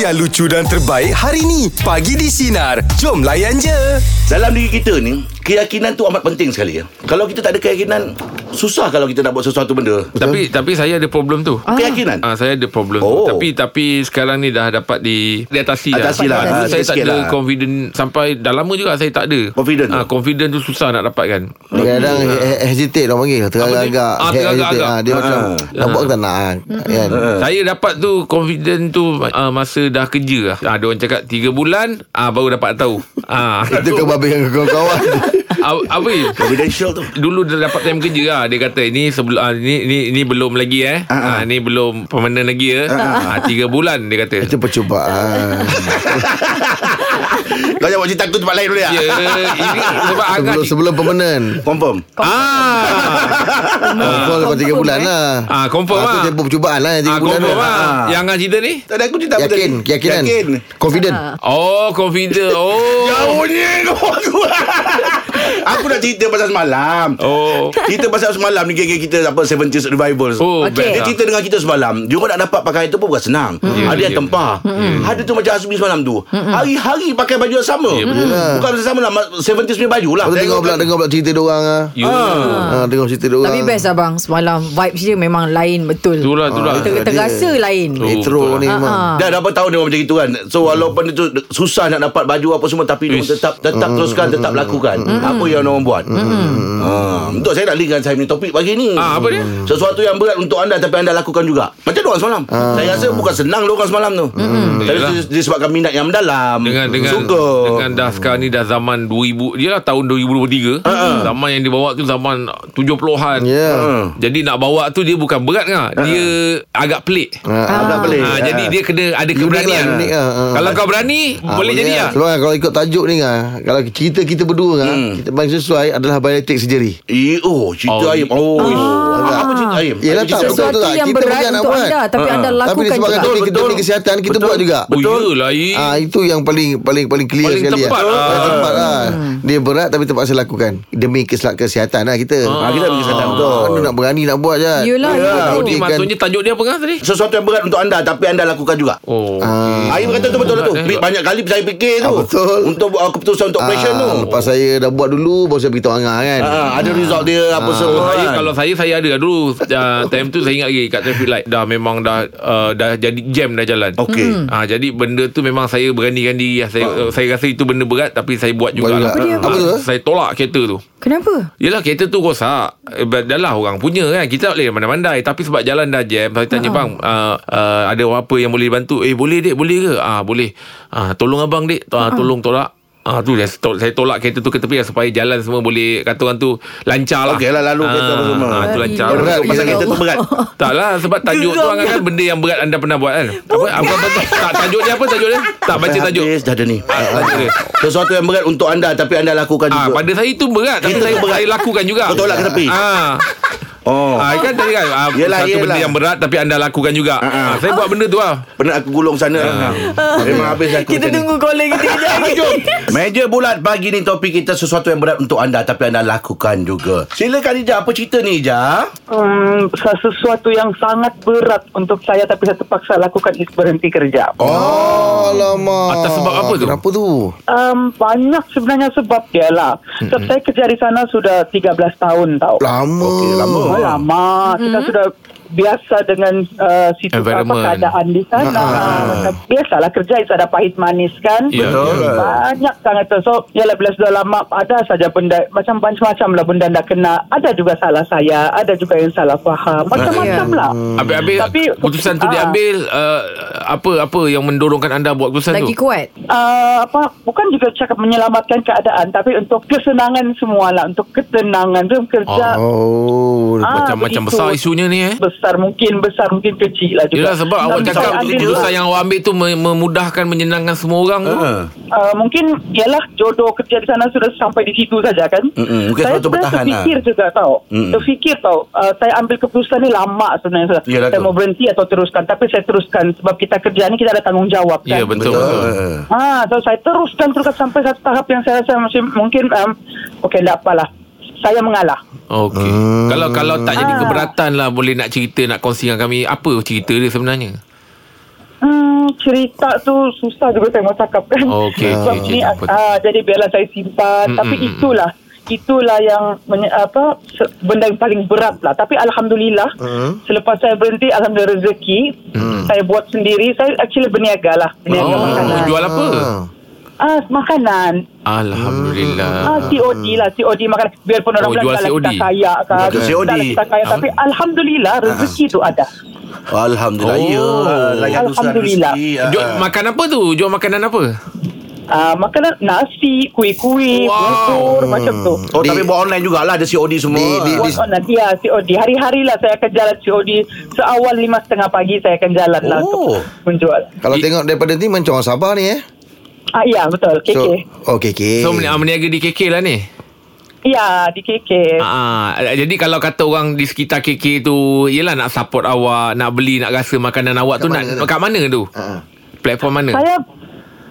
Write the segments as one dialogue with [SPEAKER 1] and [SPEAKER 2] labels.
[SPEAKER 1] yang lucu dan terbaik hari ni. Pagi di Sinar. Jom layan je.
[SPEAKER 2] Dalam diri kita ni Keyakinan tu amat penting sekali ya. Kalau kita tak ada keyakinan Susah kalau kita nak buat sesuatu benda
[SPEAKER 3] Tapi tapi saya ada problem tu.
[SPEAKER 2] ah. Keyakinan
[SPEAKER 3] Ah saya ada problem
[SPEAKER 2] Oh.
[SPEAKER 3] oh. tapi tapi sekarang ni dah dapat di diatasi dah.
[SPEAKER 2] Atasi lah.
[SPEAKER 3] Ah, dulu
[SPEAKER 2] Ah,
[SPEAKER 3] saya
[SPEAKER 2] sikit
[SPEAKER 3] tak ada
[SPEAKER 2] lah.
[SPEAKER 3] confident sampai dah lama juga saya tak ada.
[SPEAKER 2] Confident tu?
[SPEAKER 3] Ah confident tu susah nak kan. dapatkan.
[SPEAKER 4] Kadang-kadang he- hesitate orang panggil Teragak-agak
[SPEAKER 3] lah. Ah, teragak-agak.
[SPEAKER 4] Hesitate. Ah, Dia
[SPEAKER 3] Ah.
[SPEAKER 4] macam Nak buat ke tak nak ah? Kan?
[SPEAKER 3] Saya dapat tu confident tu uh, masa dah kerja lah. Ah dia orang cakap 3 bulan ah baru dapat tahu. Ah
[SPEAKER 4] Kan? Itu kau babi dengan kawan-kawan
[SPEAKER 3] Abi
[SPEAKER 2] Confidential tu
[SPEAKER 3] dulu dah dapat time kerja lah dia kata ini sebelum ah, ni ni ni belum lagi eh ah, ni belum permanent lagi eh ah, tiga bulan dia kata
[SPEAKER 4] Itu percubaan
[SPEAKER 2] Kau jangan buat cerita aku tempat lain dulu ya
[SPEAKER 3] ya ini sebab Ah, agak
[SPEAKER 4] Sebelum sebelum permanent
[SPEAKER 2] Confirm
[SPEAKER 3] ah
[SPEAKER 4] Kau lepas 3 bulan lah
[SPEAKER 3] Ah, confirm
[SPEAKER 4] Itu
[SPEAKER 3] lah.
[SPEAKER 4] tempoh percubaan lah
[SPEAKER 3] ah,
[SPEAKER 4] 3 bulan tu
[SPEAKER 3] confirm lah yang agak cerita ni
[SPEAKER 2] Tak ada aku cerita apa
[SPEAKER 4] Yakin
[SPEAKER 2] tadi.
[SPEAKER 4] Keyakinan
[SPEAKER 2] Yakin
[SPEAKER 4] Confident
[SPEAKER 5] Ah,
[SPEAKER 3] oh confident oh
[SPEAKER 2] Jauhnya kau aku Aku nak cerita pasal semalam
[SPEAKER 3] oh
[SPEAKER 2] Cerita pasal semalam ni Geng-geng kita apa Seven Years Revival
[SPEAKER 3] Oh,
[SPEAKER 2] okay.
[SPEAKER 3] best
[SPEAKER 2] Dia
[SPEAKER 3] lah.
[SPEAKER 2] cerita dengan kita semalam Dia orang nak dapat pakai itu pun bukan senang
[SPEAKER 3] Ya,
[SPEAKER 2] Ada yang
[SPEAKER 3] ya.
[SPEAKER 2] tempah Ada tu macam Azmi semalam tu
[SPEAKER 4] Hmm.
[SPEAKER 2] Hari-hari pakai baju yang sama Bukan baju sama lah Seven Years punya baju lah
[SPEAKER 4] Ya. Aku tengok pula Tengok pula cerita diorang lah
[SPEAKER 3] you ah.
[SPEAKER 4] Ah, Tengok cerita diorang
[SPEAKER 5] Tapi best lah. abang Semalam vibes dia memang lain betul
[SPEAKER 3] itulah itulah
[SPEAKER 4] Ah,
[SPEAKER 5] Ter-
[SPEAKER 4] dia-
[SPEAKER 5] Terasa lain
[SPEAKER 4] Retro ni memang
[SPEAKER 5] Ah,
[SPEAKER 2] Dah berapa tahun dia orang macam itu kan
[SPEAKER 3] Hmm.
[SPEAKER 2] So walaupun itu Susah nak dapat baju apa semua Tapi dia
[SPEAKER 3] Yes.
[SPEAKER 2] tetap Tetap
[SPEAKER 3] Hmm.
[SPEAKER 2] teruskan Tetap lakukan Apa yang orang buat Ah, Untuk saya nak linkkan Saya punya topik pagi ni
[SPEAKER 3] Ah, apa dia?
[SPEAKER 2] Sesuatu yang berat untuk anda Tapi anda lakukan juga Macam orang semalam
[SPEAKER 3] Ah.
[SPEAKER 2] Saya rasa bukan senang Orang semalam tu Tapi
[SPEAKER 3] Yelah.
[SPEAKER 2] dis- disebabkan minat yang mendalam
[SPEAKER 3] dengan dengan
[SPEAKER 2] Suka
[SPEAKER 3] dengan dah sekarang ni dah zaman 2000 dia lah tahun 2023 zaman yang dibawa tu zaman 70-an
[SPEAKER 4] Ya
[SPEAKER 2] Ah.
[SPEAKER 3] Jadi nak bawa tu dia bukan berat kan Dia agak pelik
[SPEAKER 4] Ah,
[SPEAKER 2] Agak pelik
[SPEAKER 3] Ha, jadi dia kena ada keberanian.
[SPEAKER 4] lah, unik lah, ha.
[SPEAKER 3] Kalau kau berani,
[SPEAKER 4] Ah,
[SPEAKER 3] boleh jadi
[SPEAKER 4] lah.
[SPEAKER 3] ah.
[SPEAKER 4] Kalau, kalau ikut tajuk ni ah, kalau cerita kita berdua ah,
[SPEAKER 3] Hmm.
[SPEAKER 4] kita paling sesuai adalah biotic sejari.
[SPEAKER 2] Eh, oh, cerita
[SPEAKER 3] Oh.
[SPEAKER 2] Aim. Oh, apa cerita Aim?
[SPEAKER 4] Yelah,
[SPEAKER 2] Ada cerita
[SPEAKER 4] tak,
[SPEAKER 2] Aim?
[SPEAKER 4] betul
[SPEAKER 5] Sesuatu
[SPEAKER 4] tu lah.
[SPEAKER 5] yang
[SPEAKER 4] Kita
[SPEAKER 5] berat
[SPEAKER 4] banyak nak
[SPEAKER 5] untuk
[SPEAKER 4] buat.
[SPEAKER 5] anda Tapi
[SPEAKER 2] Ah.
[SPEAKER 5] anda
[SPEAKER 4] Tapi
[SPEAKER 5] lakukan
[SPEAKER 4] disebabkan
[SPEAKER 5] juga
[SPEAKER 4] demi,
[SPEAKER 2] Betul,
[SPEAKER 4] demi
[SPEAKER 2] betul.
[SPEAKER 4] kesihatan kita buat juga.
[SPEAKER 3] Oh, yelah. ye.
[SPEAKER 4] Ah itu yang paling paling paling clear
[SPEAKER 3] Paling
[SPEAKER 4] sekali.
[SPEAKER 3] tepat,
[SPEAKER 4] ah.
[SPEAKER 3] ah.
[SPEAKER 4] Paling tepat lah.
[SPEAKER 5] Hmm.
[SPEAKER 4] Dia berat tapi terpaksa lakukan demi kesel- kesihatan lah kita.
[SPEAKER 2] Ah, kita pergi sana betul.
[SPEAKER 4] Mana nak berani nak buat je.
[SPEAKER 5] Yelah, yelah.
[SPEAKER 3] Jadi
[SPEAKER 4] Buktikan-
[SPEAKER 3] maksudnya tajuk dia apa kan tadi?
[SPEAKER 2] Sesuatu yang berat untuk anda tapi anda lakukan juga.
[SPEAKER 3] Oh.
[SPEAKER 2] Ah, Aim kata tu betul lah tu.
[SPEAKER 3] Berat, eh?
[SPEAKER 2] Banyak kali saya fikir tu.
[SPEAKER 4] Ah, betul.
[SPEAKER 2] Untuk buat keputusan untuk passion tu.
[SPEAKER 4] ah, Lepas saya dah buat dulu Baru saya beritahu Angah kan
[SPEAKER 2] Ah, ada result dia apa semua.
[SPEAKER 3] Saya
[SPEAKER 2] kan.
[SPEAKER 3] kalau saya saya ada dulu uh, time tu saya ingat lagi kat traffic light dah memang dah uh, dah jadi jam dah jalan.
[SPEAKER 2] Okey. Hmm.
[SPEAKER 3] Ah jadi benda tu memang saya beranikan diri lah. saya uh, saya rasa itu benda berat tapi saya buat
[SPEAKER 4] Buat
[SPEAKER 3] juga.
[SPEAKER 4] juga. Apa dia?
[SPEAKER 3] Ah,
[SPEAKER 4] Apa tu?
[SPEAKER 3] Saya tolak kereta tu.
[SPEAKER 5] Kenapa?
[SPEAKER 3] Yelah kereta tu rosak Eh, Dah lah orang punya kan Kita tak boleh mandai-mandai Tapi sebab jalan dah jam Saya tanya bang uh, uh, Ada apa yang boleh dibantu Eh boleh dek boleh ke Ah Boleh ah, Tolong abang dek ah, Tolong tolak Ah tu dia tol- saya tolak kereta tu ke tepi lah supaya jalan semua boleh kata orang tu lancar lah.
[SPEAKER 2] Okey lah, lalu kereta apa semua.
[SPEAKER 3] Ah tu lancar.
[SPEAKER 5] Berat
[SPEAKER 2] Berat
[SPEAKER 4] Berat
[SPEAKER 2] pasal
[SPEAKER 4] je.
[SPEAKER 2] kereta tu berat.
[SPEAKER 3] Tak lah sebab tajuk tu
[SPEAKER 5] Geram
[SPEAKER 3] angan kan benda yang berat anda pernah buat kan. Apa apa, apa, apa tak tajuk dia apa tajuk dia? Tak baca tajuk.
[SPEAKER 2] Habis dah ada ni.
[SPEAKER 3] Ah, tajuk dia.
[SPEAKER 2] Sesuatu yang berat untuk anda tapi anda lakukan
[SPEAKER 3] Ah
[SPEAKER 2] juga.
[SPEAKER 3] pada saya tu berat tapi
[SPEAKER 2] Kereta
[SPEAKER 3] saya
[SPEAKER 2] tu berat.
[SPEAKER 3] saya lakukan juga.
[SPEAKER 2] Kau tolak ke tepi?
[SPEAKER 3] Ah.
[SPEAKER 2] Oh.
[SPEAKER 3] Ah, kan tadi kan ah,
[SPEAKER 2] Yelah,
[SPEAKER 3] Satu
[SPEAKER 2] yelah.
[SPEAKER 3] benda yang berat Tapi anda lakukan juga ah, Saya buat benda tu lah
[SPEAKER 2] Pernah aku gulung sana.
[SPEAKER 3] Ah.
[SPEAKER 2] Memang habis aku.
[SPEAKER 5] Kita
[SPEAKER 2] macam ni.
[SPEAKER 5] tunggu caller kita kejap lagi
[SPEAKER 2] Jom. Meja bulat pagi ni topik kita sesuatu yang berat untuk anda tapi anda lakukan juga. Silakan Ija, apa cerita ni Ija?
[SPEAKER 6] Hmm, sesuatu yang sangat berat untuk saya tapi saya terpaksa lakukan is berhenti kerja.
[SPEAKER 4] Oh Alamak
[SPEAKER 3] Atas sebab apa tu?
[SPEAKER 4] Kenapa tu
[SPEAKER 6] Um, banyak sebenarnya sebab dia lah. Sebab saya kerja di sana sudah 13 tahun tau.
[SPEAKER 4] Lama
[SPEAKER 2] Okey, lah. lama.
[SPEAKER 6] Oh, lama. Kita sudah biasa dengan uh, situ apa
[SPEAKER 3] Environment.
[SPEAKER 6] keadaan di sana. Macam biasalah kerja is ada pahit manis kan.
[SPEAKER 3] Ya, Betul.
[SPEAKER 2] ya.
[SPEAKER 6] Banyak sangat tu. So, yalah bila sudah lama ada saja benda macam macam-macam lah benda anda kena. Ada juga salah saya, ada juga yang salah faham. Macam-macam lah.
[SPEAKER 3] Habis-habis
[SPEAKER 6] Tapi-
[SPEAKER 3] Keputusan tu
[SPEAKER 6] Ah.
[SPEAKER 3] diambil uh, Apa-apa yang mendorongkan anda Buat keputusan
[SPEAKER 5] Lagi
[SPEAKER 3] tu
[SPEAKER 5] kuat
[SPEAKER 6] uh, apa bukan juga cakap menyelamatkan keadaan tapi untuk kesenangan semualah untuk ketenangan tu kerja
[SPEAKER 4] Oh
[SPEAKER 6] Ah,
[SPEAKER 3] Macam-macam
[SPEAKER 6] begitu.
[SPEAKER 3] besar isunya ni eh
[SPEAKER 6] besar mungkin besar mungkin kecil lah juga
[SPEAKER 3] Yelah sebab
[SPEAKER 6] Dan
[SPEAKER 3] awak
[SPEAKER 6] bisa
[SPEAKER 3] cakap
[SPEAKER 6] ambil
[SPEAKER 3] Keputusan
[SPEAKER 6] juga.
[SPEAKER 3] yang awak ambil tu me- Memudahkan Menyenangkan semua orang tu
[SPEAKER 2] Ha.
[SPEAKER 6] uh, mungkin ialah jodoh kerja di sana sudah sampai di situ saja kan
[SPEAKER 2] Mm-mm, mungkin
[SPEAKER 6] saya
[SPEAKER 2] suatu
[SPEAKER 6] sebenarnya
[SPEAKER 2] bertahan,
[SPEAKER 6] terfikir
[SPEAKER 2] ah.
[SPEAKER 6] juga tau
[SPEAKER 2] Mm-mm.
[SPEAKER 6] terfikir tau uh, saya ambil keputusan ni lama sebenarnya
[SPEAKER 2] Yelah
[SPEAKER 6] saya
[SPEAKER 2] tu.
[SPEAKER 6] mau berhenti atau teruskan tapi saya teruskan sebab kita kerja ni kita ada tanggungjawab kan
[SPEAKER 3] Ya betul, betul.
[SPEAKER 2] Ha.
[SPEAKER 6] Ah, so saya teruskan teruskan sampai satu tahap yang saya rasa masih mungkin um, okey tak apalah. Saya mengalah.
[SPEAKER 3] Okey. Kalau kalau tak jadi keberatan lah boleh nak cerita nak kongsi dengan kami apa cerita dia sebenarnya?
[SPEAKER 6] Hmm, cerita tu susah juga saya mau cakapkan.
[SPEAKER 3] Oh, Okey,
[SPEAKER 6] Sebab
[SPEAKER 3] okey,
[SPEAKER 6] ni,
[SPEAKER 3] okey.
[SPEAKER 6] ah, jadi biarlah saya
[SPEAKER 3] Mm,
[SPEAKER 6] simpan. Tapi
[SPEAKER 3] mm, mm,
[SPEAKER 6] itulah itulah yang menye, apa se- benda yang paling berat lah tapi alhamdulillah selepas saya berhenti alhamdulillah rezeki saya buat sendiri saya actually berniaga lah berniaga
[SPEAKER 3] Hmm. Oh,
[SPEAKER 6] makanan
[SPEAKER 3] jual apa?
[SPEAKER 4] Hmm.
[SPEAKER 6] ah makanan
[SPEAKER 3] Alhamdulillah.
[SPEAKER 6] Ah, COD lah COD makanan biarpun orang
[SPEAKER 3] Oh,
[SPEAKER 6] bilang
[SPEAKER 3] jual
[SPEAKER 6] kalau kita
[SPEAKER 3] COD.
[SPEAKER 6] kaya kan
[SPEAKER 2] Jual
[SPEAKER 6] kita
[SPEAKER 2] COD.
[SPEAKER 6] lah kita kaya tapi alhamdulillah rezeki tu ada
[SPEAKER 2] Alhamdulillah.
[SPEAKER 3] Oh.
[SPEAKER 2] Ya. Layan usulan
[SPEAKER 6] Alhamdulillah.
[SPEAKER 2] rezeki. Ah,
[SPEAKER 3] Jual
[SPEAKER 2] ah.
[SPEAKER 3] makan apa tu? Jual makanan apa?
[SPEAKER 6] Ah, makanan nasi kuih-kuih
[SPEAKER 3] Wow.
[SPEAKER 6] butur macam tu
[SPEAKER 2] Oh,
[SPEAKER 4] Di-
[SPEAKER 2] tapi buat online jugalah. Ada COD semua.
[SPEAKER 4] Di- di-
[SPEAKER 6] Buat online Ya COD Hari-hari lah saya akan jalan COD Seawal 5.30 pagi Saya akan jalan lah untuk
[SPEAKER 2] Oh.
[SPEAKER 6] Menjual
[SPEAKER 4] Kalau tengok daripada ni Macam orang Sabah ni eh
[SPEAKER 6] ah, Ya betul KK so,
[SPEAKER 4] Oh KK
[SPEAKER 3] So, meni- ah, meniaga di KK lah ni.
[SPEAKER 6] Ya di KK
[SPEAKER 3] Ah, ah. jadi kalau kata orang di sekitar KK tu, yelah nak support awak, nak beli, nak rasa makanan awak
[SPEAKER 4] Kat
[SPEAKER 3] tu
[SPEAKER 4] mana
[SPEAKER 3] nak
[SPEAKER 4] tu?
[SPEAKER 3] kat mana tu?
[SPEAKER 4] Ah.
[SPEAKER 3] Platform mana?
[SPEAKER 6] Saya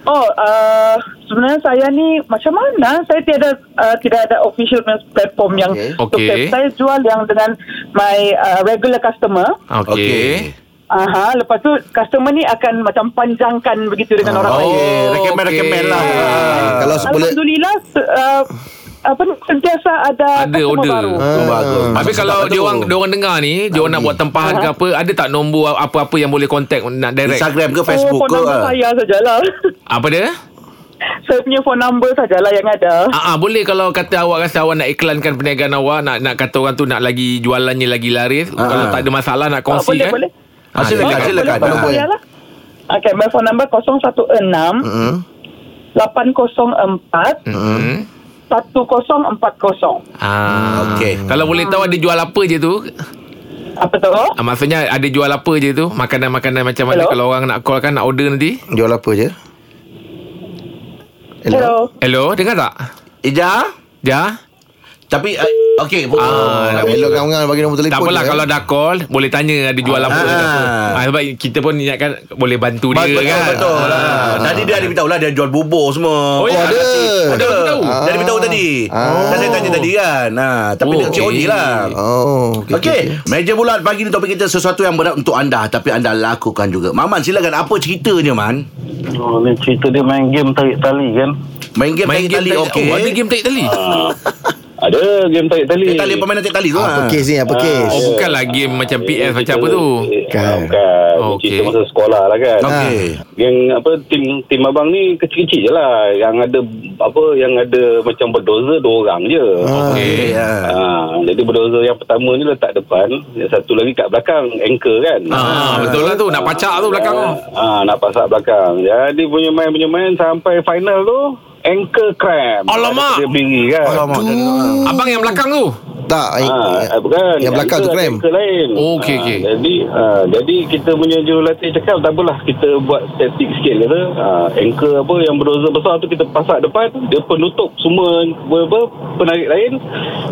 [SPEAKER 6] Oh uh, Sebenarnya saya ni Macam mana Saya tiada uh, Tidak ada official punya platform yang
[SPEAKER 4] Okay.
[SPEAKER 6] untuk
[SPEAKER 3] Okay.
[SPEAKER 6] saya- Saya jual yang dengan My uh, regular customer
[SPEAKER 3] Ah. Okey.
[SPEAKER 6] Aha, lepas tu customer ni akan macam panjangkan begitu dengan orang
[SPEAKER 2] Oh,
[SPEAKER 6] lain.
[SPEAKER 3] Oh,
[SPEAKER 2] recommend-recommend
[SPEAKER 3] okey.
[SPEAKER 2] lah.
[SPEAKER 4] Ah, Kalau boleh
[SPEAKER 6] Alhamdulillah se- uh, apa ni, sentiasa
[SPEAKER 3] Ada
[SPEAKER 6] ada customer
[SPEAKER 3] order.
[SPEAKER 6] baru.
[SPEAKER 4] Ah.
[SPEAKER 2] Oh, bagus.
[SPEAKER 3] Habis
[SPEAKER 2] Sedap
[SPEAKER 3] kalau
[SPEAKER 2] tu.
[SPEAKER 3] dia orang dia orang dengar ni, dia orang nak buat tempahan ke apa, ada tak nombor apa-apa yang boleh contact nak direct?
[SPEAKER 2] Instagram ke Facebook
[SPEAKER 6] oh, phone
[SPEAKER 2] ke?
[SPEAKER 6] number
[SPEAKER 2] ah?
[SPEAKER 6] saya sajalah.
[SPEAKER 3] Apa dia?
[SPEAKER 6] saya punya phone number sajalah yang ada.
[SPEAKER 3] Ah, ah boleh kalau kata awak rasa awak nak iklankan perniagaan awak, nak nak kata orang tu nak lagi jualannya lagi laris,
[SPEAKER 2] Ah.
[SPEAKER 3] kalau tak ada masalah nak kongsi
[SPEAKER 6] boleh,
[SPEAKER 3] kan.
[SPEAKER 6] boleh.
[SPEAKER 3] Ah,
[SPEAKER 2] Silakan,
[SPEAKER 3] silakan.
[SPEAKER 2] silakan.
[SPEAKER 6] Phone number saya lah. Okay, my phone number 016
[SPEAKER 2] Mm-hmm.
[SPEAKER 4] Hmm?
[SPEAKER 6] 804
[SPEAKER 2] Mm.
[SPEAKER 3] Hmm.
[SPEAKER 6] 1040.
[SPEAKER 3] Ah.
[SPEAKER 2] Okey.
[SPEAKER 3] Kalau boleh tahu ada jual apa je tu?
[SPEAKER 6] Apa tu?
[SPEAKER 3] Ah, maksudnya ada jual apa je tu? Makanan-makanan macam mana
[SPEAKER 6] Hello?
[SPEAKER 3] kalau orang nak call kan nak order nanti?
[SPEAKER 4] Jual apa je
[SPEAKER 6] Hello.
[SPEAKER 3] Hello, dengar tak?
[SPEAKER 2] Ija?
[SPEAKER 3] Ja?
[SPEAKER 2] Tapi, ah, okey.
[SPEAKER 3] Ah,
[SPEAKER 4] Ah, Elok kawan-kawan Bagi nombor
[SPEAKER 3] Tak
[SPEAKER 4] telefon
[SPEAKER 3] apalah
[SPEAKER 4] je, eh.
[SPEAKER 3] kalau dah call Boleh tanya ada jual apa
[SPEAKER 2] Ah.
[SPEAKER 3] ke apa. Ah, Sebab kita pun niatkan Boleh bantu dia
[SPEAKER 2] Betul,
[SPEAKER 3] kan
[SPEAKER 2] betul lah. Tadi dia ada beritahu lah Dia jual bubur semua
[SPEAKER 3] Oh, ya,
[SPEAKER 4] ada.
[SPEAKER 3] Ada orang tahu
[SPEAKER 2] Dia ada beritahu tadi
[SPEAKER 4] Ah.
[SPEAKER 2] Kan saya tanya tadi kan ha, Tapi
[SPEAKER 3] Oh,
[SPEAKER 2] dia kecil
[SPEAKER 3] okey.
[SPEAKER 2] okay. lah
[SPEAKER 4] Oh
[SPEAKER 2] Okey, okay. meja bulat pagi ni topik kita sesuatu yang berat untuk anda tapi anda lakukan juga. Maman silakan apa ceritanya Man?
[SPEAKER 7] Oh, ni cerita dia main game tarik tali kan?
[SPEAKER 2] Main game
[SPEAKER 3] Main
[SPEAKER 2] tarik
[SPEAKER 3] game
[SPEAKER 2] tali
[SPEAKER 3] tali
[SPEAKER 2] okey. Ah.
[SPEAKER 3] oh, Ada game tarik tali
[SPEAKER 7] Ha. Ada game tarik tali.
[SPEAKER 2] Tarik tali permainan tarik tali tu.
[SPEAKER 4] Apa
[SPEAKER 2] ah.
[SPEAKER 4] kes ni Apa
[SPEAKER 7] Ah,
[SPEAKER 4] kes Kan.
[SPEAKER 3] Oh bukanlah game macam PS macam apa tu
[SPEAKER 7] Bukan.
[SPEAKER 4] Bukan.
[SPEAKER 7] Bukan.
[SPEAKER 3] Oh,
[SPEAKER 7] Cerita
[SPEAKER 3] okey.
[SPEAKER 7] masa sekolah lah kan.
[SPEAKER 2] Okey.
[SPEAKER 4] Ah,
[SPEAKER 7] Yang apa tim tim abang ni kecil-kecil je lah. Yang ada apa yang ada macam berdoza dua orang je.
[SPEAKER 3] Okey.
[SPEAKER 2] Okey. ah.
[SPEAKER 7] Ha, jadi berdoza yang pertama ni letak depan, yang satu lagi kat belakang, anchor kan.
[SPEAKER 3] Ah, betul lah tu. Nak pacak tu belakang tu.
[SPEAKER 7] Ah, nak pasak belakang. Jadi punya main punya main sampai final tu ankle cramp.
[SPEAKER 3] Alamak.
[SPEAKER 7] Dia biri kan.
[SPEAKER 2] Alamak, dah dengar.
[SPEAKER 3] Abang yang belakang tu
[SPEAKER 4] Tak
[SPEAKER 7] Ah,
[SPEAKER 4] eh,
[SPEAKER 7] bukan.
[SPEAKER 4] Yang belakang tu
[SPEAKER 7] Ankle ada
[SPEAKER 4] cramp
[SPEAKER 7] Ankle lain.
[SPEAKER 3] Oh, okey,
[SPEAKER 7] Ah,
[SPEAKER 3] okey.
[SPEAKER 7] Jadi ah, jadi kita punya jurulatih cakap tak apalah kita buat static sikit kata. Ah, ankle apa yang berdoza besar tu kita pasak depan, dia penutup semua apa penarik lain.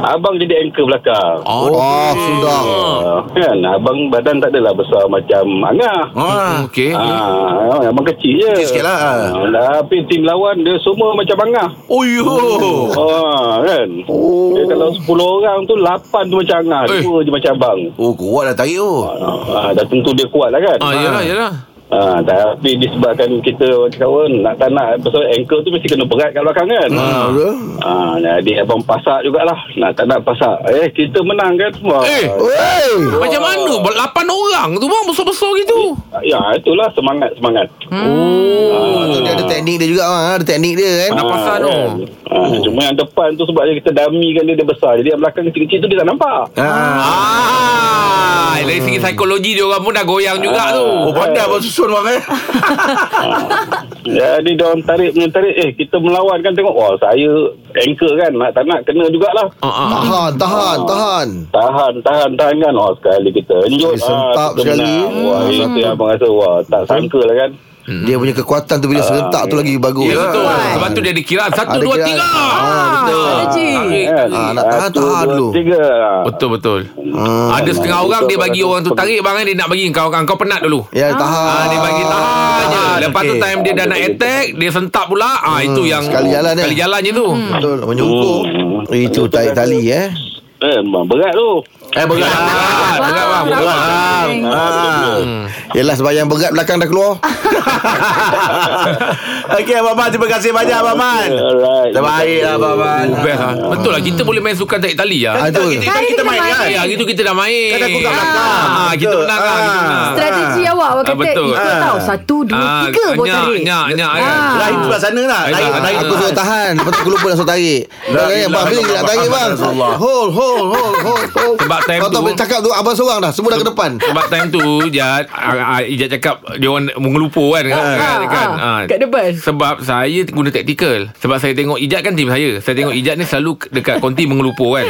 [SPEAKER 7] Abang jadi ankle belakang.
[SPEAKER 4] Oh sudah
[SPEAKER 7] Ah, kan abang badan tak adalah besar macam Angah.
[SPEAKER 2] Ah.
[SPEAKER 3] Okey
[SPEAKER 7] Ah, abang kecil je.
[SPEAKER 2] Kecil sikit lah.
[SPEAKER 7] Ah, tapi tim lawan dia semua macam angah.
[SPEAKER 2] Oh yo.
[SPEAKER 7] Ah, kan. Oh. Dia kalau 10 orang tu 8 tu macam angah,
[SPEAKER 3] Eh.
[SPEAKER 7] 2 je macam abang.
[SPEAKER 2] Oh kuat dah tarik tu.
[SPEAKER 7] Ah, dah tentu dia kuat lah kan
[SPEAKER 3] Ah, yelah, yelah
[SPEAKER 7] ah, Tapi disebabkan kita orang cakap pun Nak tak nak Pasal ankle tu mesti kena berat kat belakang kan
[SPEAKER 3] Ah.
[SPEAKER 4] Betul?
[SPEAKER 7] ah, Jadi abang pasak jugalah Nak tak nak pasak Eh kita menang kan semua
[SPEAKER 3] Eh.
[SPEAKER 4] Wey
[SPEAKER 3] Macam mana Lapan orang tu bang Besar-besar gitu
[SPEAKER 7] Ya itulah Ha. semangat-semangat
[SPEAKER 3] Oh
[SPEAKER 4] Dia ada teknik dia juga bang. Ada teknik dia kan
[SPEAKER 3] Nak pasal tu
[SPEAKER 7] kan? Ah, Cuma yang depan tu sebab kita damikan dia, dia besar Jadi yang belakang kecil-kecil tu dia tak nampak
[SPEAKER 3] Ha.
[SPEAKER 2] Ah.
[SPEAKER 3] Ah, dari segi psikologi dia orang pun dah goyang juga tu.
[SPEAKER 2] Oh pandai abang susun bang eh.
[SPEAKER 7] Jadi dia orang tarik menarik Eh kita melawan kan tengok Wah saya ankle kan Nak tak nak kena jugalah
[SPEAKER 3] Ah, ah, ah.
[SPEAKER 4] Tahan Tahan Tahan
[SPEAKER 7] Tahan, tahan, tahan kan. Oh, sekali kita enjut.
[SPEAKER 4] Sekali sentap
[SPEAKER 7] kita
[SPEAKER 4] sekali.
[SPEAKER 7] menang. Wah,
[SPEAKER 4] Hmm.
[SPEAKER 7] itu yang abang rasa, wah, tak sangka lah kan.
[SPEAKER 4] Dia punya kekuatan tu Bila serentak tu lagi bagus
[SPEAKER 3] Hmm. Ya betul.
[SPEAKER 5] Betul.
[SPEAKER 3] Sebab tu dia dikira satu
[SPEAKER 4] oh, Ada
[SPEAKER 3] dua
[SPEAKER 4] kiraan.
[SPEAKER 3] tiga.
[SPEAKER 4] Ah, betul.
[SPEAKER 5] Strategy.
[SPEAKER 3] Tarik.
[SPEAKER 7] Kan?
[SPEAKER 4] Ah, nak tahan,
[SPEAKER 7] Satu,
[SPEAKER 4] tahan
[SPEAKER 7] dua,
[SPEAKER 4] dulu.
[SPEAKER 7] Tiga.
[SPEAKER 3] Betul betul.
[SPEAKER 4] Ah.
[SPEAKER 3] Ada setengah orang dia
[SPEAKER 7] betul,
[SPEAKER 3] bagi
[SPEAKER 7] betul.
[SPEAKER 3] orang tu tarik bang eh. dia nak bagi kau kau penat dulu.
[SPEAKER 4] Ya tahan
[SPEAKER 3] Ah, dia bagi tahan je. Lepas tu
[SPEAKER 4] Ah, Okey. Hmm,
[SPEAKER 3] time dia dah nak attack, dia sentak pula. Ah itu yang
[SPEAKER 4] sekali jalan eh. dia.
[SPEAKER 3] Sekali
[SPEAKER 4] Hmm.
[SPEAKER 3] jalan je tu.
[SPEAKER 4] Betul Menyungkup
[SPEAKER 7] Hmm.
[SPEAKER 4] Itu tarik tali eh
[SPEAKER 7] Eh, memang berat tu.
[SPEAKER 2] Eh berat.
[SPEAKER 3] Ah, berat bang, berat.
[SPEAKER 4] Faham ah. Yelah sebab yang berat belakang dah keluar
[SPEAKER 2] Okey Abang Man Terima kasih banyak Abang
[SPEAKER 4] Eh.
[SPEAKER 2] Man
[SPEAKER 7] Alright.
[SPEAKER 2] Terbaik lah Abang Man
[SPEAKER 3] Oh, best lah. Betul lah kita boleh main sukan tarik tali lah.
[SPEAKER 4] Ah,
[SPEAKER 2] Kita,
[SPEAKER 4] Betul.
[SPEAKER 2] kita, kita, kita main kan
[SPEAKER 3] Ya, hari tu kita dah main.
[SPEAKER 2] Kan aku kat belakang.
[SPEAKER 3] Ah, kita
[SPEAKER 2] Betul.
[SPEAKER 3] menang lah. kita
[SPEAKER 2] Ah.
[SPEAKER 3] menang.
[SPEAKER 5] Strategi awak Awak
[SPEAKER 3] Ah,
[SPEAKER 5] kata
[SPEAKER 3] betul.
[SPEAKER 5] Ikut
[SPEAKER 2] Ah.
[SPEAKER 5] tau Satu, dua,
[SPEAKER 3] Ah,
[SPEAKER 5] tiga Buat
[SPEAKER 3] nyak,
[SPEAKER 5] tarik
[SPEAKER 3] nyak, nyak kan.
[SPEAKER 5] Ah.
[SPEAKER 2] Lain pula sana lah
[SPEAKER 3] Lain
[SPEAKER 2] Lain
[SPEAKER 3] lah,
[SPEAKER 2] lain
[SPEAKER 4] Aku
[SPEAKER 2] tu.
[SPEAKER 4] suruh tahan Lepas tu aku lupa nak suruh tarik
[SPEAKER 2] La
[SPEAKER 4] Dah tanya
[SPEAKER 2] ilaha
[SPEAKER 4] Abang Bila nak tarik bang
[SPEAKER 2] illallah Rasulullah.
[SPEAKER 4] Hold hold hold hold hold.
[SPEAKER 3] Sebab time
[SPEAKER 4] Kau tahu
[SPEAKER 3] tu-
[SPEAKER 4] bila cakap tu Abang seorang dah Semua dah ke depan
[SPEAKER 3] Sebab time tu Jad ah, ah, Ijat cakap Dia orang mengelupur kan, kan, kan, kan
[SPEAKER 5] ah.
[SPEAKER 3] Ah.
[SPEAKER 5] Kat depan.
[SPEAKER 3] Sebab saya guna tactical Sebab saya tengok Ijat kan tim saya Saya tengok Ijat ni selalu Dekat konti mengelupur kan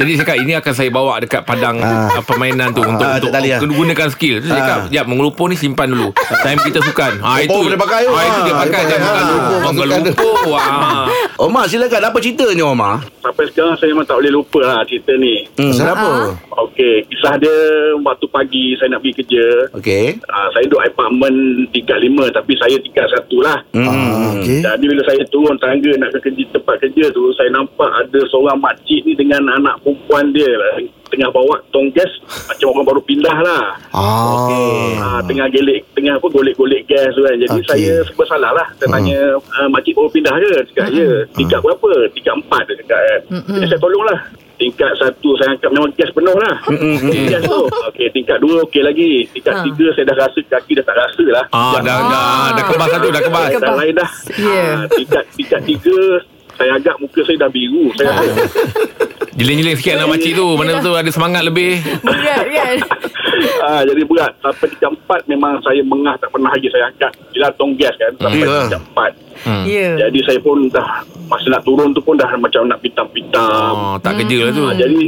[SPEAKER 3] Jadi saya cakap Ini akan saya bawa dekat padang ah. Permainan tu Untuk,
[SPEAKER 2] Ah,
[SPEAKER 3] untuk
[SPEAKER 2] tak tali, ah.
[SPEAKER 3] gunakan skill Terus saya cakap Jat mengelupur ni simpan dulu Time kita sukan ha, itu,
[SPEAKER 2] boleh pakai tu.
[SPEAKER 3] ah, Itu dia
[SPEAKER 2] Ah,
[SPEAKER 3] pakai
[SPEAKER 2] dia
[SPEAKER 3] Jangan
[SPEAKER 2] pakai.
[SPEAKER 3] mengelupur
[SPEAKER 4] Ah, sukan tu.
[SPEAKER 3] Mengelupur ah.
[SPEAKER 2] Omar silakan Apa ceritanya Omar
[SPEAKER 7] Sampai sekarang saya memang tak boleh lupa lah cerita ni.
[SPEAKER 2] hmm. Kenapa
[SPEAKER 7] Okey, kisah dia waktu pagi saya nak pergi kerja.
[SPEAKER 2] Okey
[SPEAKER 7] Uh, saya duduk apartment tingkat lima tapi saya tingkat satu lah.
[SPEAKER 4] Ah, Okay
[SPEAKER 7] Jadi bila saya turun tangga nak ke kerja, tempat kerja tu, saya nampak ada seorang makcik ni dengan anak perempuan dia lah. Tengah bawa tong gas, macam orang baru pindah lah.
[SPEAKER 4] Ah.
[SPEAKER 7] Ah, tengah gelik, tengah apa, golek-golek gas tu kan. Jadi
[SPEAKER 4] Okey.
[SPEAKER 7] okay. saya serba salah lah. Saya
[SPEAKER 3] Hmm.
[SPEAKER 7] tanya, ah, makcik baru pindah ke? Dia Cakap, ya. Tingkat berapa? Tingkat empat dia cakap kan.
[SPEAKER 5] Hmm,
[SPEAKER 7] Jadi saya tolong lah. Tingkat satu saya angkat memang gas penuh lah.
[SPEAKER 3] Hmm,
[SPEAKER 7] Gas tu. Okey, tingkat dua okey lagi. Tingkat
[SPEAKER 5] Ah.
[SPEAKER 7] tiga saya dah rasa kaki dah tak rasa lah.
[SPEAKER 3] Ah, dah, dah, dah kebas satu Dah kebas
[SPEAKER 5] Kebas.
[SPEAKER 7] Dah lain dah.
[SPEAKER 5] Ya.
[SPEAKER 7] Ah, tingkat, tingkat tiga, saya agak muka saya dah biru. Saya
[SPEAKER 5] Ah.
[SPEAKER 7] rasa,
[SPEAKER 3] Jeling-jeling sikit anak makcik tu Mana tu ada semangat lebih
[SPEAKER 5] Berat kan
[SPEAKER 7] ah, jadi berat. Sampai tingkat empat memang saya mengah tak pernah lagi saya angkat. Bila tong gas kan, sampai
[SPEAKER 2] Ya.
[SPEAKER 7] tingkat empat.
[SPEAKER 3] Hmm.
[SPEAKER 5] Ya
[SPEAKER 7] Jadi saya pun dah, masa nak turun tu pun dah macam nak pitang-pitang.
[SPEAKER 3] Oh, tak kerja lah tu
[SPEAKER 7] Ah, jadi,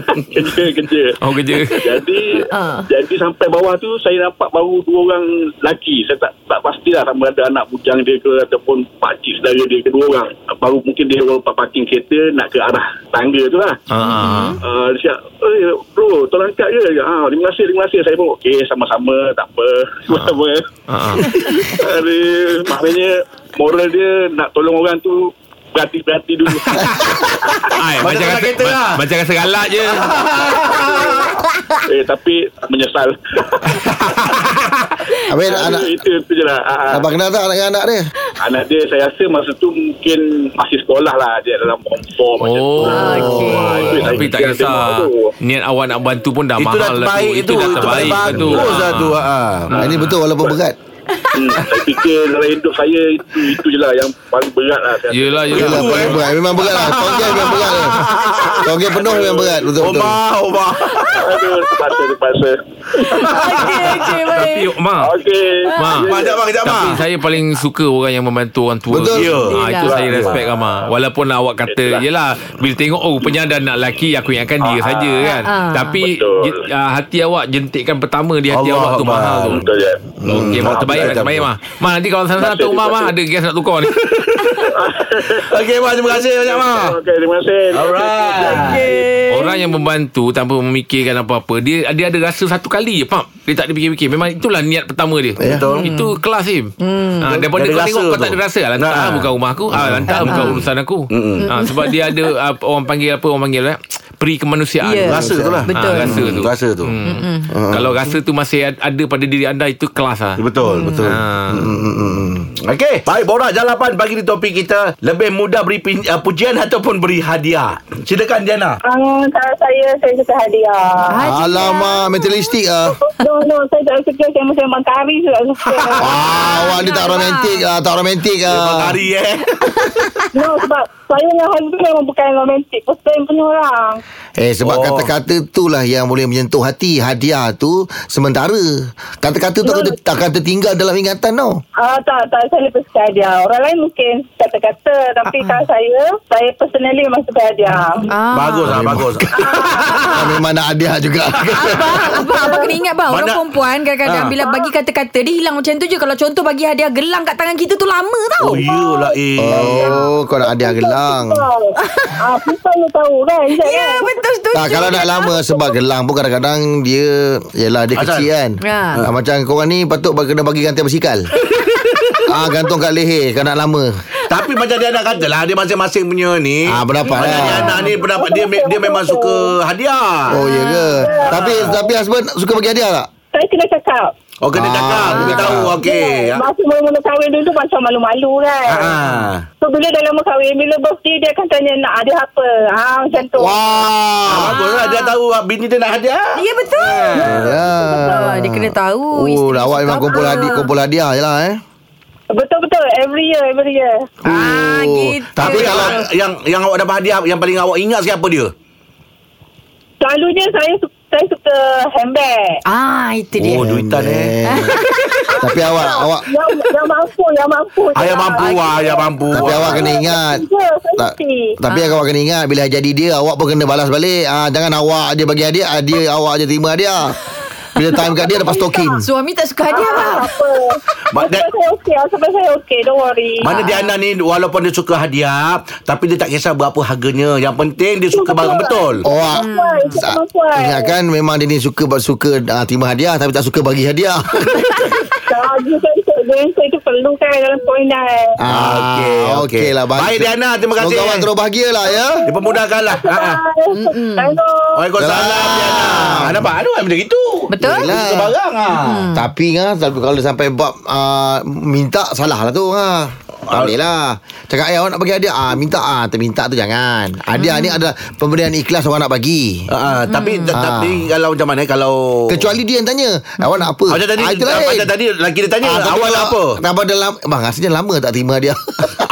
[SPEAKER 7] kerja-kerja.
[SPEAKER 3] Oh kerja
[SPEAKER 7] Jadi
[SPEAKER 5] Ah.
[SPEAKER 7] jadi sampai bawah tu saya nampak baru dua orang lelaki. Saya tak tak pastilah sama ada anak bujang dia ke ataupun pakcik saudara dia kedua orang. Baru mungkin dia orang parking kereta nak ke arah tangga tu lah.
[SPEAKER 3] Ah,
[SPEAKER 7] Uh, dia cakap, eh, bro, tolong angkat ke? Ah, terima kasih, terima kasih. Saya pun, okey, sama-sama, tak apa. Sama-sama.
[SPEAKER 3] ah, ah.
[SPEAKER 7] Jadi, maknanya, moral dia nak tolong orang tu, berhati-berhati dulu.
[SPEAKER 3] Ai, macam
[SPEAKER 2] dalam
[SPEAKER 3] rasa
[SPEAKER 2] kereta
[SPEAKER 3] ma-
[SPEAKER 2] lah.
[SPEAKER 3] macam rasa galak je. Oh,
[SPEAKER 7] eh, tapi menyesal.
[SPEAKER 4] Habis anak
[SPEAKER 7] itu, itu je lah. Ah, ah.
[SPEAKER 4] Abang kenal tak dengan anak dia
[SPEAKER 7] Anak dia saya rasa masa tu mungkin masih sekolah lah dia dalam form 4 macam
[SPEAKER 3] Oh.
[SPEAKER 7] tu.
[SPEAKER 5] Okey.
[SPEAKER 7] Ah, itu saya
[SPEAKER 3] Tapi tak
[SPEAKER 7] fikir tengok
[SPEAKER 3] kisah.
[SPEAKER 7] tu.
[SPEAKER 3] Niat awak nak bantu pun dah
[SPEAKER 2] Itu
[SPEAKER 3] mahal lah
[SPEAKER 2] dah terbaik
[SPEAKER 3] Itu,
[SPEAKER 2] itu
[SPEAKER 3] dah terbaik lah tu.
[SPEAKER 2] Bagus lah
[SPEAKER 3] Ah.
[SPEAKER 2] tu ah.
[SPEAKER 4] Ah, Ini betul walaupun berat
[SPEAKER 7] Hmm, saya fikir dalam hidup saya itu itu je lah yang paling berat lah. Saya
[SPEAKER 3] Ah. Yelah, yelah.
[SPEAKER 4] Yelah, paling berat. Memang berat lah Tonggel memang berat lah Tonggel penuh memang berat Betul-betul
[SPEAKER 2] Omar Omar
[SPEAKER 7] Aduh, terpaksa, terpaksa.
[SPEAKER 5] Okey okey baik
[SPEAKER 3] Tapi, Ma,
[SPEAKER 7] Ah, Okey.
[SPEAKER 3] Ma,
[SPEAKER 2] Ma, Kejap Ma Kejap Ma
[SPEAKER 3] tapi saya paling suka orang yang membantu orang tua.
[SPEAKER 4] Betul.
[SPEAKER 2] Ya.
[SPEAKER 3] Ah, itu
[SPEAKER 5] Yelah.
[SPEAKER 3] saya respect lah, Ma. Walaupun awak kata, yelah, bila tengok, oh, punya ada anak lelaki, aku ingatkan dia saja kan.
[SPEAKER 5] Ah.
[SPEAKER 3] Tapi,
[SPEAKER 7] Betul.
[SPEAKER 3] je- ah, hati awak jentikkan pertama di hati
[SPEAKER 2] Allah
[SPEAKER 3] awak tu
[SPEAKER 2] Akbar.
[SPEAKER 3] mahal tu.
[SPEAKER 7] Betul je.
[SPEAKER 3] Okey, Ma, terbaik lah, terbaik, Ma. Ma, nanti kalau sana-sana tu rumah, Ma, ada gas nak tukar ni.
[SPEAKER 2] Okey Ma terima kasih banyak Ma
[SPEAKER 7] Okey, terima kasih.
[SPEAKER 2] Alright
[SPEAKER 5] Okey.
[SPEAKER 3] Orang yang membantu tanpa memikirkan apa-apa Dia dia ada rasa satu kali je Faham? Dia tak ada fikir-fikir Memang itulah niat pertama dia Betul Itu kelas Im hmm. ha, Daripada
[SPEAKER 2] Dia ada
[SPEAKER 3] kau tengok
[SPEAKER 2] rasa
[SPEAKER 3] kau tak ada
[SPEAKER 2] tu.
[SPEAKER 3] rasa Ah, Lantak
[SPEAKER 2] Nah.
[SPEAKER 3] nah. bukan rumah aku ah, Lantak bukan urusan aku ha, Sebab dia ada ah, Orang panggil apa Orang panggil eh? Peri kemanusiaan
[SPEAKER 5] Ya.
[SPEAKER 2] Rasa tu lah
[SPEAKER 5] Betul.
[SPEAKER 3] Ah, rasa tu.
[SPEAKER 2] Hmm, Rasa tu
[SPEAKER 3] Hmm. Kalau rasa tu masih ad- ada pada diri anda Itu kelas lah
[SPEAKER 2] Betul Betul
[SPEAKER 3] ha.
[SPEAKER 2] Okey Hmm. Baik Borak Jalapan Pagi di topik kita Lebih mudah beri pin- uh, pujian Ataupun beri hadiah Silakan Diana
[SPEAKER 6] Um, kalau saya, saya suka
[SPEAKER 5] Ha?
[SPEAKER 6] hadiah.
[SPEAKER 4] Alamak Mentalistik lah
[SPEAKER 6] No, no, saya tak suka sembang-sembang kari saya tak suka.
[SPEAKER 4] Ah, awak ni tak romantik lah Tak romantik lah
[SPEAKER 2] Hari eh
[SPEAKER 6] No, sebab saya dengan husband memang bukan romantik. Person punya orang.
[SPEAKER 4] Eh
[SPEAKER 2] Oh.
[SPEAKER 4] sebab kata-kata tu lah Yang boleh menyentuh hati Hadiah tu Sementara Kata-kata tu akan, akan tertinggal dalam ingatan tau
[SPEAKER 6] Ah, tak, tak, saya lebih suka hadiah. Orang lain mungkin kata-kata. Tapi uh kalau saya, saya personally memang suka hadiah.
[SPEAKER 5] Ah.
[SPEAKER 2] Bagus lah Bagus
[SPEAKER 4] ah, Memang nak hadiah juga
[SPEAKER 5] Ah, Abang, abang, abang kena ingat bang Orang
[SPEAKER 2] Mana-
[SPEAKER 5] perempuan kadang-kadang
[SPEAKER 2] Ah.
[SPEAKER 5] Bila bagi kata-kata Dia hilang macam tu je Kalau contoh bagi hadiah gelang Kat tangan kita tu lama
[SPEAKER 2] Oh
[SPEAKER 5] tau
[SPEAKER 2] iyalah eh
[SPEAKER 4] Oh kau nak hadiah gelang
[SPEAKER 6] Ah, people ni tahu kan. Zat,
[SPEAKER 5] Ya
[SPEAKER 6] kan?
[SPEAKER 5] betul setuju
[SPEAKER 4] Tak Ah, kalau nak lama Sebab gelang pun kadang-kadang Dia Yelah dia
[SPEAKER 2] Azan.
[SPEAKER 4] kecil kan
[SPEAKER 5] Ya.
[SPEAKER 4] ah, Macam korang ni Patut kena bagi gantian basikal Ah gantung kat leher Kalau nak lama
[SPEAKER 2] Tapi macam dia nak kata lah Dia masing-masing punya ni
[SPEAKER 4] Ah, pendapat
[SPEAKER 2] Macam
[SPEAKER 4] lah.
[SPEAKER 2] dia nak ni pendapat Dia dia memang suka hadiah
[SPEAKER 4] Oh ya
[SPEAKER 5] Ah.
[SPEAKER 4] ke Tapi Tapi husband suka bagi hadiah tak
[SPEAKER 6] Saya kena cakap.
[SPEAKER 2] Oh kena
[SPEAKER 4] Ah,
[SPEAKER 2] cakap Kita
[SPEAKER 4] kena
[SPEAKER 2] tahu
[SPEAKER 4] cakap.
[SPEAKER 2] Okey
[SPEAKER 6] Ya, Masa mula-mula kahwin dulu macam malu-malu kan.
[SPEAKER 2] Ah.
[SPEAKER 6] So bila dah lama kahwin, bila birthday dia akan tanya nak ada apa. Ha, macam tu.
[SPEAKER 2] Ah,
[SPEAKER 4] Wah
[SPEAKER 2] Bagus lah Dia tahu bini dia nak hadiah
[SPEAKER 5] Ya betul. Ah,
[SPEAKER 4] Ya
[SPEAKER 5] dia kena tahu isteri
[SPEAKER 4] Oh
[SPEAKER 5] dia
[SPEAKER 4] awak
[SPEAKER 5] suka
[SPEAKER 4] memang kumpul
[SPEAKER 5] apa.
[SPEAKER 4] hadiah Kumpul hadiah je lah eh
[SPEAKER 6] Betul-betul. Every year, every year.
[SPEAKER 5] Ah,
[SPEAKER 4] Oh,
[SPEAKER 5] gitu.
[SPEAKER 2] Tapi kalau yang yang awak dapat hadiah yang paling awak ingat siapa dia?
[SPEAKER 6] Selalunya saya su- saya suka handbag.
[SPEAKER 5] Ah, itu dia.
[SPEAKER 2] Oh, duitan eh.
[SPEAKER 4] Tapi awak Awak
[SPEAKER 6] Yang, yang Ya, mampu, yang mampu. je
[SPEAKER 2] Ayah
[SPEAKER 6] lah.
[SPEAKER 2] mampu ah, ayah mampu.
[SPEAKER 4] Tapi awak kena ingat
[SPEAKER 6] Ya, saya
[SPEAKER 4] tak,
[SPEAKER 6] mesti.
[SPEAKER 4] Tapi
[SPEAKER 5] Ah.
[SPEAKER 4] awak kena ingat Bila jadi dia Awak pun kena balas balik ah, Jangan awak je bagi hadiah ah, Dia awak je terima hadiah Bila time kat dia Lepas
[SPEAKER 2] Oh.
[SPEAKER 4] talking
[SPEAKER 5] Suami tak suka hadiah bang.
[SPEAKER 6] Ah, apa.
[SPEAKER 2] But
[SPEAKER 6] Sebab
[SPEAKER 2] that-
[SPEAKER 6] saya okey. Sebab saya okey. Don't worry.
[SPEAKER 2] Mana Diana ni walaupun dia suka hadiah tapi dia tak kisah berapa harganya. Yang penting dia suka barang betul.
[SPEAKER 4] Oh, ah,
[SPEAKER 6] Perempuan, saya
[SPEAKER 4] sa-
[SPEAKER 6] perempuan.
[SPEAKER 4] Ingatkan memang dia ni suka suka ah, terima hadiah tapi tak suka bagi hadiah.
[SPEAKER 6] Lagi saya ikut Genset tu perlu kan dalam poinan.
[SPEAKER 4] ah,
[SPEAKER 2] Okey, okey.
[SPEAKER 4] okey lah baik.
[SPEAKER 2] Baik, Diana, terima kasih.
[SPEAKER 4] Semoga awak terus bahagialah ya.
[SPEAKER 2] Dia pemudahkanlah. Ha ah.
[SPEAKER 6] Hello.
[SPEAKER 2] Waalaikumsalam
[SPEAKER 4] Dah.
[SPEAKER 2] Diana. Ah, Nampak ada orang macam gitu.
[SPEAKER 5] Betul?
[SPEAKER 4] Yelah.
[SPEAKER 2] Suka barang ah.
[SPEAKER 5] Hmm.
[SPEAKER 4] Tapi ngah tapi kalau sampai bab ah, minta salah lah tu ha. Tak boleh lah Cakap eh awak nak bagi hadiah ah, Minta ah, Terminta tu jangan Hadiah
[SPEAKER 5] Hmm.
[SPEAKER 4] ni adalah Pemberian ikhlas awak nak bagi
[SPEAKER 2] Ah, ah, tapi tapi kalau macam mana kalau
[SPEAKER 4] Ha.
[SPEAKER 5] Oh.
[SPEAKER 4] Kecuali dia yang tanya Awak nak apa
[SPEAKER 2] macam tadi
[SPEAKER 4] ah, Itu lain Ah, lah.
[SPEAKER 2] macam tadi lelaki dia tanya awak
[SPEAKER 4] tapi
[SPEAKER 2] nak
[SPEAKER 4] kalau-
[SPEAKER 2] apa?
[SPEAKER 4] Kenapa dia lama Bang rasanya lama tak terima dia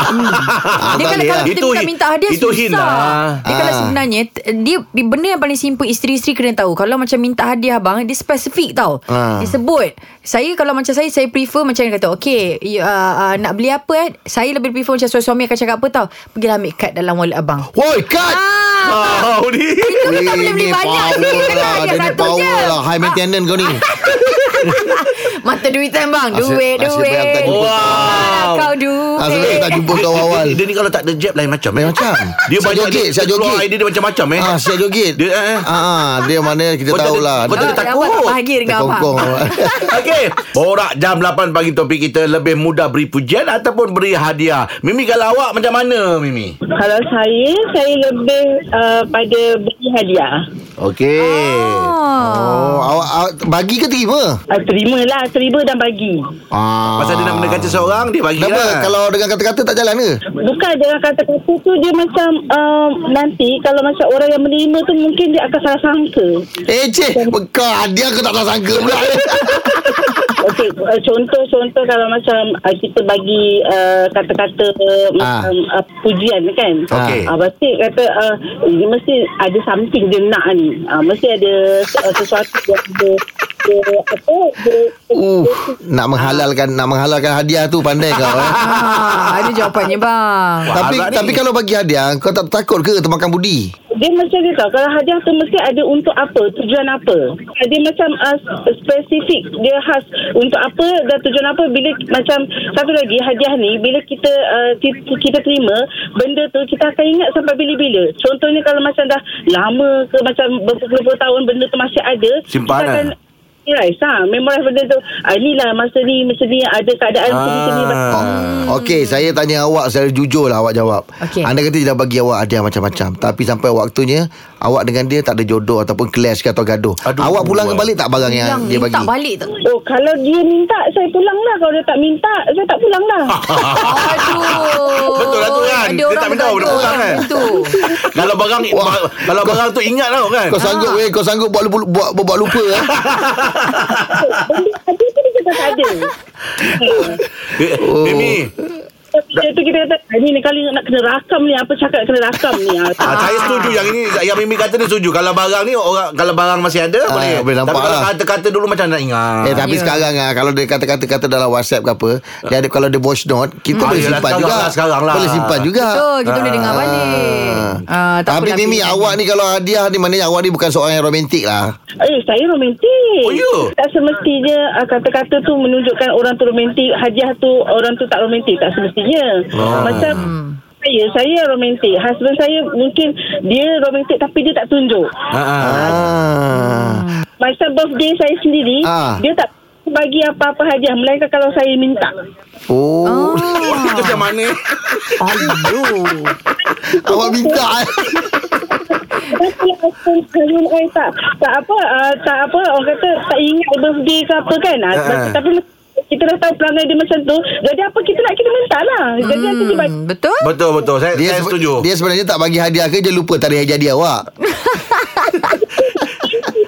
[SPEAKER 5] Hmm.
[SPEAKER 2] Ah, tak
[SPEAKER 5] Dia kalau,
[SPEAKER 2] boleh
[SPEAKER 5] kalau
[SPEAKER 2] lah.
[SPEAKER 5] kita minta-minta hadiah
[SPEAKER 2] Itu
[SPEAKER 5] susah.
[SPEAKER 2] hin lah.
[SPEAKER 5] Dia kalau
[SPEAKER 4] Ah.
[SPEAKER 5] sebenarnya t- dia benda yang paling simple isteri-isteri kena tahu. Kalau macam minta hadiah bang, dia spesifik tau.
[SPEAKER 4] Ah.
[SPEAKER 5] Dia sebut. Saya kalau macam saya saya prefer macam dia kata, "Okay, you, uh, uh, nak beli apa eh?" Saya lebih prefer macam suami-suami akan cakap apa tau. Pergilah ambil kad dalam wallet abang.
[SPEAKER 4] Woi cut
[SPEAKER 5] Ah.
[SPEAKER 2] Oh, ni.
[SPEAKER 5] Itu kita boleh beli
[SPEAKER 4] Ini
[SPEAKER 5] banyak
[SPEAKER 4] power
[SPEAKER 5] ni.
[SPEAKER 4] lah.
[SPEAKER 5] Hadiah
[SPEAKER 4] Dia ni
[SPEAKER 5] satu je. Ah.
[SPEAKER 4] power lah High maintenance kau ni
[SPEAKER 5] Mata duitan bang.
[SPEAKER 4] Asyik-
[SPEAKER 5] Duit,
[SPEAKER 4] asyik
[SPEAKER 5] duit.
[SPEAKER 4] bayar tak jumpa
[SPEAKER 2] Wow.
[SPEAKER 5] Ah,
[SPEAKER 4] Asal
[SPEAKER 5] Kau
[SPEAKER 4] kau
[SPEAKER 5] duit.
[SPEAKER 4] tak jumpa kau awal
[SPEAKER 2] Dia ni kalau tak ada jab lain macam eh.
[SPEAKER 4] Lain macam
[SPEAKER 2] Dia
[SPEAKER 4] Siap
[SPEAKER 2] banyak
[SPEAKER 4] joget
[SPEAKER 2] dia,
[SPEAKER 4] Siap
[SPEAKER 2] dia keluar
[SPEAKER 4] joget
[SPEAKER 2] idea dia macam-macam eh.
[SPEAKER 4] Ah, siap joget
[SPEAKER 2] Dia, eh, eh.
[SPEAKER 4] Ah, ah, Dia mana kita
[SPEAKER 2] Kau tak ada-
[SPEAKER 4] tahulah
[SPEAKER 2] kau tak ada
[SPEAKER 5] Ah,
[SPEAKER 2] takut.
[SPEAKER 5] awak tak bahagia dengan abang. Ah.
[SPEAKER 4] Kongkong
[SPEAKER 2] Okey, borak jam 8 pagi topik kita lebih mudah beri pujian ataupun beri hadiah. Mimi kalau awak macam mana Mimi?
[SPEAKER 6] Kalau saya, saya lebih uh, pada beri hadiah.
[SPEAKER 2] Okey.
[SPEAKER 5] Ah.
[SPEAKER 4] Oh, awak, awak bagi ke terima?
[SPEAKER 6] Uh, terima lah, terima dan bagi.
[SPEAKER 4] Ah.
[SPEAKER 2] Pasal dia nak mendekati seorang dia bagi
[SPEAKER 4] Kenapa?
[SPEAKER 2] lah.
[SPEAKER 4] Kalau dengan kata-kata tak jalan ke?
[SPEAKER 6] Bukan dengan kata-kata tu, dia macam um, nanti kalau macam orang yang menerima tu mungkin dia akan salah sangka.
[SPEAKER 4] Eh, cik. Kau hadiah kau tak sangka pula.
[SPEAKER 6] Okey, uh, contoh-contoh kalau macam uh, kita bagi uh, kata-kata uh, macam uh, pujian kan.
[SPEAKER 2] Okey.
[SPEAKER 6] Ah, mesti kata uh, ini mesti ada something dia nak ni. Ah, mesti ada uh, sesuatu yang dia, dia apa dia,
[SPEAKER 4] uh, nak menghalalkan nak menghalalkan hadiah tu pandai kau eh.
[SPEAKER 5] Ah, ada jawapannya bang.
[SPEAKER 2] Wah,
[SPEAKER 4] tapi
[SPEAKER 2] Azad ni.
[SPEAKER 4] tapi kalau bagi hadiah kau tak takut ke termakan budi?
[SPEAKER 6] dia macam dia tahu kalau hadiah tu mesti ada untuk apa, tujuan apa. Dia macam uh, spesifik, dia khas untuk apa dan tujuan apa bila macam satu lagi hadiah ni bila kita uh, ki- kita terima benda tu kita akan ingat sampai bila-bila. Contohnya kalau macam dah lama ke macam berpuluh-puluh tahun benda tu masih ada,
[SPEAKER 2] Simpanan.
[SPEAKER 6] kita akan Memorize ha, Memorize benda tu ah, Inilah masa ni Masa ni ada keadaan ah. Sini sini
[SPEAKER 4] Oh, Okey, saya tanya awak secara jujur lah awak jawab.
[SPEAKER 5] Okey.
[SPEAKER 4] Anda kata tidak bagi awak hadiah macam-macam, tapi sampai waktunya awak dengan dia tak ada jodoh ataupun clash ke atau gaduh.
[SPEAKER 2] Aduh.
[SPEAKER 4] awak pulang balik tak barang yang
[SPEAKER 5] Yang
[SPEAKER 4] dia bagi?
[SPEAKER 5] minta balik tak?
[SPEAKER 6] Oh kalau dia minta Saya pulang lah Kalau dia tak minta Saya tak pulang lah
[SPEAKER 5] Aduh.
[SPEAKER 2] Betul lah tu kan. Dia tak minta orang pulang kan.
[SPEAKER 5] Itu.
[SPEAKER 2] kalau barang
[SPEAKER 4] Wah.
[SPEAKER 2] kalau barang tu ingat tau kan.
[SPEAKER 4] Kau sanggup weh, kau sanggup buat lupa, buat, buat, buat lupa eh.
[SPEAKER 6] Benda ada tu dia kata tak ada
[SPEAKER 2] Eh,
[SPEAKER 4] Oh.
[SPEAKER 2] Mimi,
[SPEAKER 6] Bila tu kita kata "Ah, Ni ni kali nak kena rakam ni Apa cakap kena rakam ni ah.
[SPEAKER 2] Ah, saya setuju yang ini yang Mimi kata ni setuju. Kalau barang ni orang kalau barang masih ada
[SPEAKER 4] Ah,
[SPEAKER 2] boleh.
[SPEAKER 4] boleh nampak
[SPEAKER 2] Tapi kalau
[SPEAKER 4] lah.
[SPEAKER 2] kata-kata dulu macam nak ingat.
[SPEAKER 4] Eh tapi
[SPEAKER 5] Ya.
[SPEAKER 4] sekarang ah kalau dia kata-kata kata dalam WhatsApp ke apa, dia ada kalau dia voice note, kita
[SPEAKER 2] Ah,
[SPEAKER 4] boleh
[SPEAKER 2] yelah,
[SPEAKER 4] simpan
[SPEAKER 2] sekarang
[SPEAKER 4] juga.
[SPEAKER 2] lah, sekarang lah.
[SPEAKER 4] Boleh simpan juga.
[SPEAKER 5] Betul. Kita boleh dengar balik. Ah, tak
[SPEAKER 4] Tapi
[SPEAKER 5] apalah,
[SPEAKER 4] Mimi
[SPEAKER 5] Mimi.
[SPEAKER 4] awak ni kalau hadiah ni maknanya awak ni bukan seorang yang romantik lah.
[SPEAKER 6] Eh saya romantik
[SPEAKER 2] Oh, ya?
[SPEAKER 6] Tak semestinya ah, Kata-kata tu menunjukkan Orang tu romantik Hadiah tu Orang tu tak romantik Tak semestinya
[SPEAKER 2] Ah.
[SPEAKER 6] Macam saya saya romantik husband saya mungkin dia romantik tapi dia tak tunjuk
[SPEAKER 2] Ha ah.
[SPEAKER 4] Ah.
[SPEAKER 6] Macam birthday saya sendiri
[SPEAKER 4] Ah.
[SPEAKER 6] Dia tak bagi apa-apa hadiah melainkan kalau saya minta.
[SPEAKER 4] Oh.
[SPEAKER 2] Itu macam mana?
[SPEAKER 4] Aduh. Awak minta eh.
[SPEAKER 6] Tapi husband husband I eh, tak tak apa uh, tak apa orang kata tak ingat birthday ke apa kan. Uh,
[SPEAKER 4] Ha.
[SPEAKER 6] Tapi kita dah tahu pelanggan dia macam tu. Jadi apa kita nak kita minta lah. Jadi nanti dia bagi.
[SPEAKER 5] Hmm, betul?
[SPEAKER 2] Betul betul. Saya dia saya
[SPEAKER 4] sebe-
[SPEAKER 2] setuju.
[SPEAKER 4] Dia sebenarnya tak bagi hadiah ke dia lupa tarikh jadi awak.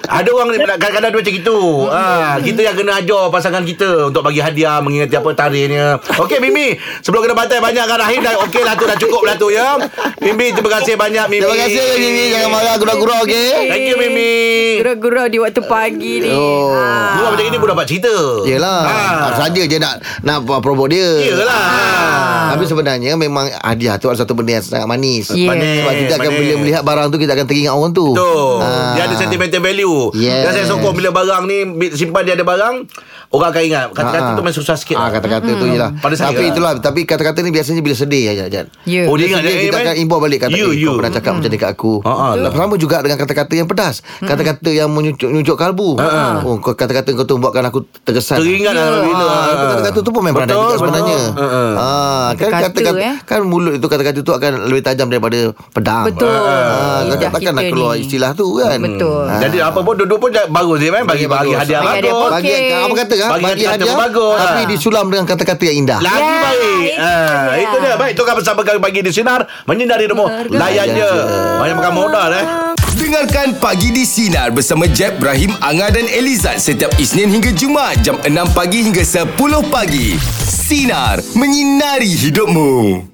[SPEAKER 2] Ada orang ni kadang-kadang dia macam gitu.
[SPEAKER 4] Hmm.
[SPEAKER 2] Ha, kita yang kena ajar pasangan kita untuk bagi hadiah mengingati apa tarikhnya. Okey Mimi, sebelum kena bantai banyak kan Rahim dah okey lah tu dah cukup lah tu ya. Mimi terima kasih banyak Mimi.
[SPEAKER 4] Terima kasih Mimi jangan marah gurau-gurau okey.
[SPEAKER 2] Thank you Mimi.
[SPEAKER 5] Gurau-gurau di waktu pagi ni.
[SPEAKER 4] Oh.
[SPEAKER 5] Ah.
[SPEAKER 2] Dua macam ini pun dapat cerita.
[SPEAKER 4] Yelah ha. Saja je nak Nak promote dia
[SPEAKER 2] Ah. Yelah.
[SPEAKER 4] Ah. Tapi sebenarnya memang hadiah tu adalah satu benda yang sangat manis.
[SPEAKER 5] Yeah.
[SPEAKER 2] Manis,
[SPEAKER 4] Sebab kita akan
[SPEAKER 2] manis.
[SPEAKER 4] bila melihat barang tu kita akan teringat orang tu.
[SPEAKER 2] Eh, Betul.
[SPEAKER 4] Ah.
[SPEAKER 2] Dia ada sentimental value.
[SPEAKER 4] Yes.
[SPEAKER 2] Dan saya sokong bila barang ni bi- simpan dia ada barang, orang akan ingat. Kata-kata
[SPEAKER 4] Ah.
[SPEAKER 2] tu memang susah sikit.
[SPEAKER 4] Ah
[SPEAKER 2] lah.
[SPEAKER 4] kata-kata tu jelah.
[SPEAKER 2] Pada saya
[SPEAKER 4] Tapi
[SPEAKER 2] lah.
[SPEAKER 4] itulah tapi kata-kata ni biasanya bila sedih aja Jad.
[SPEAKER 5] Ya. Hmm.
[SPEAKER 2] Oh, dia ingat
[SPEAKER 4] Sedih,
[SPEAKER 2] dia,
[SPEAKER 4] kita
[SPEAKER 2] eh,
[SPEAKER 4] akan
[SPEAKER 2] man.
[SPEAKER 4] import balik kata
[SPEAKER 2] You,
[SPEAKER 4] eh,
[SPEAKER 2] you.
[SPEAKER 4] kau pernah cakap macam dekat aku.
[SPEAKER 2] Ah, ah,
[SPEAKER 4] Betul. Sama juga dengan kata-kata yang pedas. Kata-kata yang menyucuk kalbu.
[SPEAKER 2] Ah,
[SPEAKER 4] Oh kau kata-kata kau tu buatkan aku terkesan.
[SPEAKER 2] Teringat lah bila.
[SPEAKER 4] Ah, apa kata-kata tu pun memang ada
[SPEAKER 2] Betul,
[SPEAKER 4] juga sebenarnya.
[SPEAKER 2] betul. Ah, ah.
[SPEAKER 4] Ah, kan
[SPEAKER 5] Kata-kata,
[SPEAKER 4] kata-kata
[SPEAKER 5] eh.
[SPEAKER 4] kan mulut itu kata-kata tu akan lebih tajam daripada pedang.
[SPEAKER 5] Betul.
[SPEAKER 4] Ah, kau
[SPEAKER 5] Lidah
[SPEAKER 4] takkan
[SPEAKER 5] kita
[SPEAKER 4] nak keluar
[SPEAKER 5] ni.
[SPEAKER 4] istilah tu kan.
[SPEAKER 5] Betul.
[SPEAKER 4] Ah.
[SPEAKER 2] Jadi apa pun dua-dua pun dah- bagus dia kan bagi-bagi
[SPEAKER 4] Bagus.
[SPEAKER 2] hadiah
[SPEAKER 5] Bagi hadiah
[SPEAKER 2] bagus.
[SPEAKER 5] pun-
[SPEAKER 4] Bagi
[SPEAKER 5] Okey.
[SPEAKER 4] apa kata kan?
[SPEAKER 2] Bagi
[SPEAKER 4] Bagi
[SPEAKER 2] kata
[SPEAKER 4] hadiah
[SPEAKER 2] bagus.
[SPEAKER 4] tapi
[SPEAKER 2] Ah.
[SPEAKER 4] disulam dengan kata-kata yang indah.
[SPEAKER 2] Lagi
[SPEAKER 5] Ya,
[SPEAKER 2] baik.
[SPEAKER 5] itu
[SPEAKER 2] Ah,
[SPEAKER 5] dia.
[SPEAKER 2] itu dia. Baik, tukar bersama kami pagi di sinar menyinari rumah. Layan je. Banyak makan modal eh.
[SPEAKER 5] Ah.
[SPEAKER 1] Dengarkan Pagi di Sinar bersama Jeb, Ibrahim, Anga dan Elizad setiap Isnin hingga Jumaat jam 6 pagi hingga 10 pagi. Sinar, menyinari hidupmu.